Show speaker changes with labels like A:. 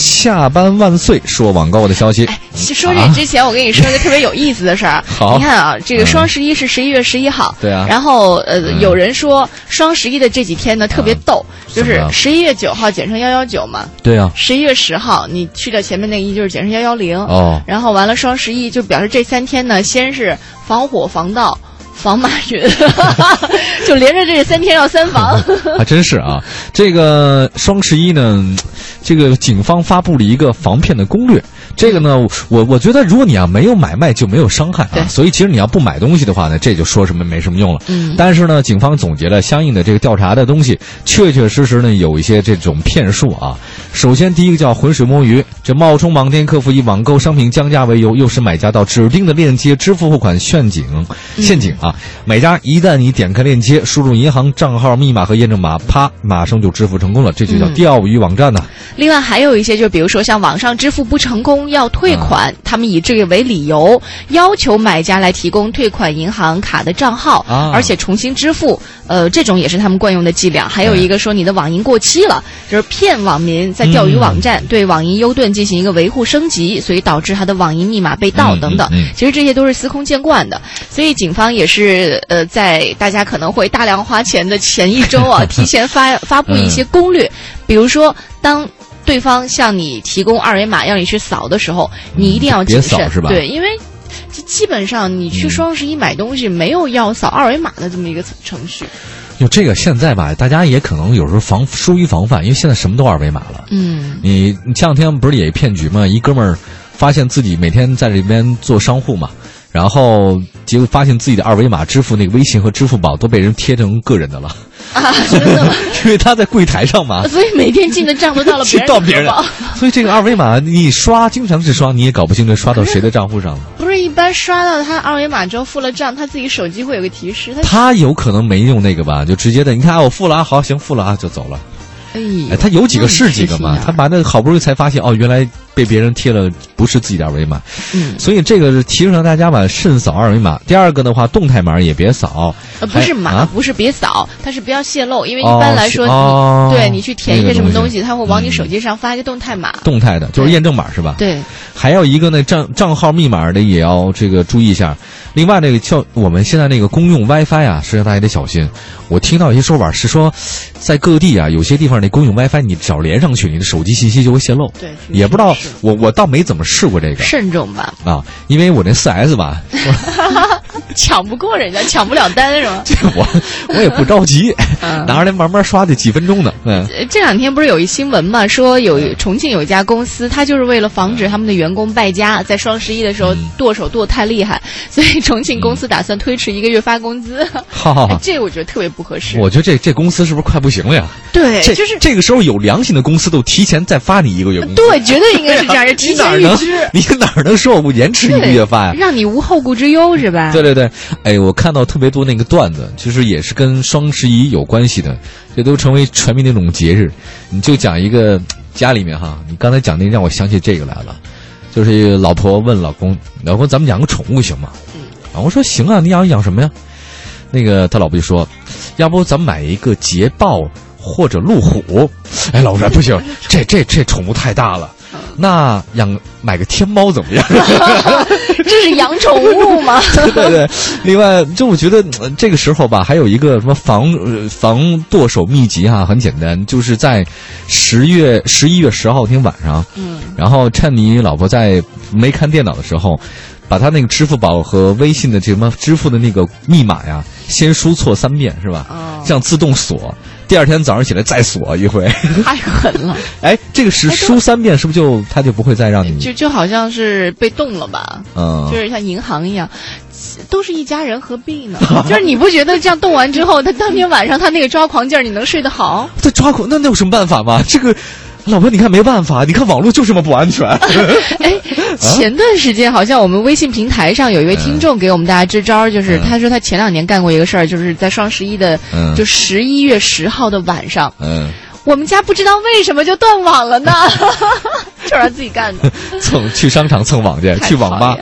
A: 下班万岁说网购的消息。
B: 哎，说这之前，我跟你说一个特别有意思的事儿。
A: 啊 好嗯
B: 你看啊，这个双十一是十一月十一号。
A: 对啊
B: 然后呃，有人说双十一的这几天呢特别逗，就
A: 嗯什
B: 是
A: 么呀
B: 十一月九号简称幺幺九嘛，
A: 对啊，
B: 十一月十号你去掉前面那个一就是简称幺幺零。
A: 哦，
B: 然后完了双十一就表示这三天呢，先是防火防盗。防马云， 就连着这三天要三 防。
A: 还真是啊。这个双十一呢，这个警方发布了一个防骗的攻略。这个呢，我我觉得如果你要啊没有买卖，就没有伤害
B: 对
A: 啊。所以其实你要不买东西的话呢，这就说什么没什么用了。
B: 嗯
A: 但是呢，警方总结了相应的这个调查的东西，确确实实呢有一些这种骗术啊。首先，第一个叫浑水摸鱼，这冒充网店客服以网购商品降价为由，诱使买家到指定的链接支付付款陷阱陷阱啊！买家一旦你点开链接，输入银行账号密码和验证码，啪，马上就支付成功了，这就叫
B: 嗯
A: 钓鱼网站呐、
B: 另外还有一些，就比如说像网上支付不成功要退款，
A: 啊
B: 他们以这个为理由，要求买家来提供退款银行卡的账号，
A: 啊
B: 而且重新支付。呃，这种也是他们惯用的伎俩。还有一个说你的网银过期了，
A: 嗯
B: 就是骗网民在钓鱼网站对网银优盾进行一个维护升级，所以导致他的网银密码被盗
A: 嗯
B: 等等。
A: 嗯嗯
B: 其实这些都是司空见惯的，所以警方也是呃，在大家可能会大量花钱的前一周 啊，提前发发布一
A: 嗯
B: 些攻略，比如说当。对方向你提供二维码让你去扫的时候，你一定要
A: 别
B: 谨
A: 扫
B: 慎，
A: 是吧
B: 对，因为这基本上你去
A: 嗯
B: 双十一买东西没有要扫二维码的这么一个程序。
A: 就这个现在吧，大家也可能有时候防疏于防范，因为现在什么都二维码了。
B: 嗯
A: 你你前两天不是也骗局吗？一哥们儿发现自己每天在这边做商户嘛，然后结果发现自己的二维码支付那个微信和支付宝都被人贴成个人的了，
B: 啊，真的吗？
A: 因为他在柜台上嘛。
B: 所以每天进的账都到了别
A: 去
B: 人
A: 到
B: 的
A: 别
B: 钱
A: 人
B: 包。，
A: 所以这个二维码你刷，经常是刷，你也搞不清这刷到谁的账户 上了。
B: 不是一般刷到他二维码之后付了账，他自己手机会有个提示，他
A: 他有可能没用那个吧，就直接的，你看啊，我付了啊，好，行，付了啊，就走了。
B: 哎呦
A: 哎，他有几个是几个
B: 那
A: 嘛
B: 你？
A: 他把那好不容易才发现，哦，原来被别人贴了不是自己的二维码，
B: 嗯，
A: 所以这个是提醒大家吧，慎扫二维码。第二个的话，动态码也别扫，
B: 呃，不是码，
A: 啊
B: 不是别扫，它是不要泄露，因为一
A: 哦
B: 般来说，
A: 是哦
B: 你对你去填一
A: 那个
B: 些什么
A: 东
B: 东
A: 西
B: 西，它会往你
A: 嗯
B: 手机上发一个动态码。
A: 动态的就是
B: 对
A: 验证码是吧？
B: 对，
A: 还有一个呢，账账号密码的也要这个注意一下。另外，那个叫我们现在那个公用 WiFi 啊，实际上大家得小心。我听到一些说法是说，在各地啊，有些地方那公用 WiFi 你只要连上去，你的手机信息就会泄露。
B: 对
A: 也不知道
B: 嗯是是
A: 我我倒没怎么试过这个
B: 慎重吧，
A: 啊，因为我那4 S 吧，
B: 抢不过人家， 抢不了单 是吗？
A: 我我也不着急，
B: 嗯
A: 拿出来慢慢刷就几分钟的。嗯，
B: 呃这两天不是有一新闻嘛，说有重庆有一家公司，它就是为了防止他们的员工败家，在双十一的时候
A: 嗯
B: 剁手剁太厉害， 所以重庆公司打算推迟一个月发工资。
A: 好好
B: 哎
A: 好，
B: 这我觉得特别不合适。
A: 啊我觉得这这公司是不是快不行了呀？
B: 对，
A: 这
B: 哎就是
A: 这个时候有良心的公司都提前再发你一个月工资。
B: 对，绝对应该是这样，就
A: 你
B: 提
A: 哪
B: 前
A: 儿
B: 预
A: 能
B: 支。
A: 你哪儿能说我不延迟一个月发呀？
B: 让你无后顾之忧是吧？
A: 对对对，哎，我看到特别多那个段子，其实也是跟双十一有关系的，这都成为全民的那种节日。你就讲一个嘖家里面哈，你刚才讲那个让我想起这个来了，就是老婆问老公，老公咱们养个宠物行吗？老公说行啊，你养养什么呀？那个他老婆就说，要不咱们买一个捷豹或者路虎？哎，老婆说不行，这这这宠物太大了，那养买个天猫怎么样？
B: 这是养宠物 吗？
A: 对对，另外，就我觉得、呃这个时候吧，还有一个什么防呃防剁手秘籍哈、很简单，就是在十月十一月十号那天晚上，
B: 嗯，
A: 然后趁你老婆在没看电脑的时候，把她那个支付宝和微信的这什么支付的那个密码呀，先输错三遍是吧？
B: 哦
A: 这样自动锁，第二天早上起来再锁一 回。
B: 太狠了，
A: 哎，这个是
B: 哎对
A: 输三遍，是不是就他就不会再让你
B: 就就好像是被冻了吧，
A: 嗯？
B: 就是像银行一样。都是一家人，何必 呢？就是你不觉得这样冻完之后，他当天晚上他那个抓狂劲儿，你能睡得好？
A: 他抓狂，那那有什么办法吗？这 个，老婆，你看没办法，你看网络就这么不安全。
B: 哎， 前段时间好像我们微信平台上有一位听众给我们大家支招儿，就是
A: 嗯
B: 他说他前两年干过一个事儿，就是在双十一的
A: 嗯，
B: 就十一月十号的晚上，
A: 嗯，
B: 我们家不知道为什么就 断网了呢，就是他自己干的，
A: 蹭去商场蹭网去，
B: 太
A: 去网
B: 讨
A: 吧
B: 厌了。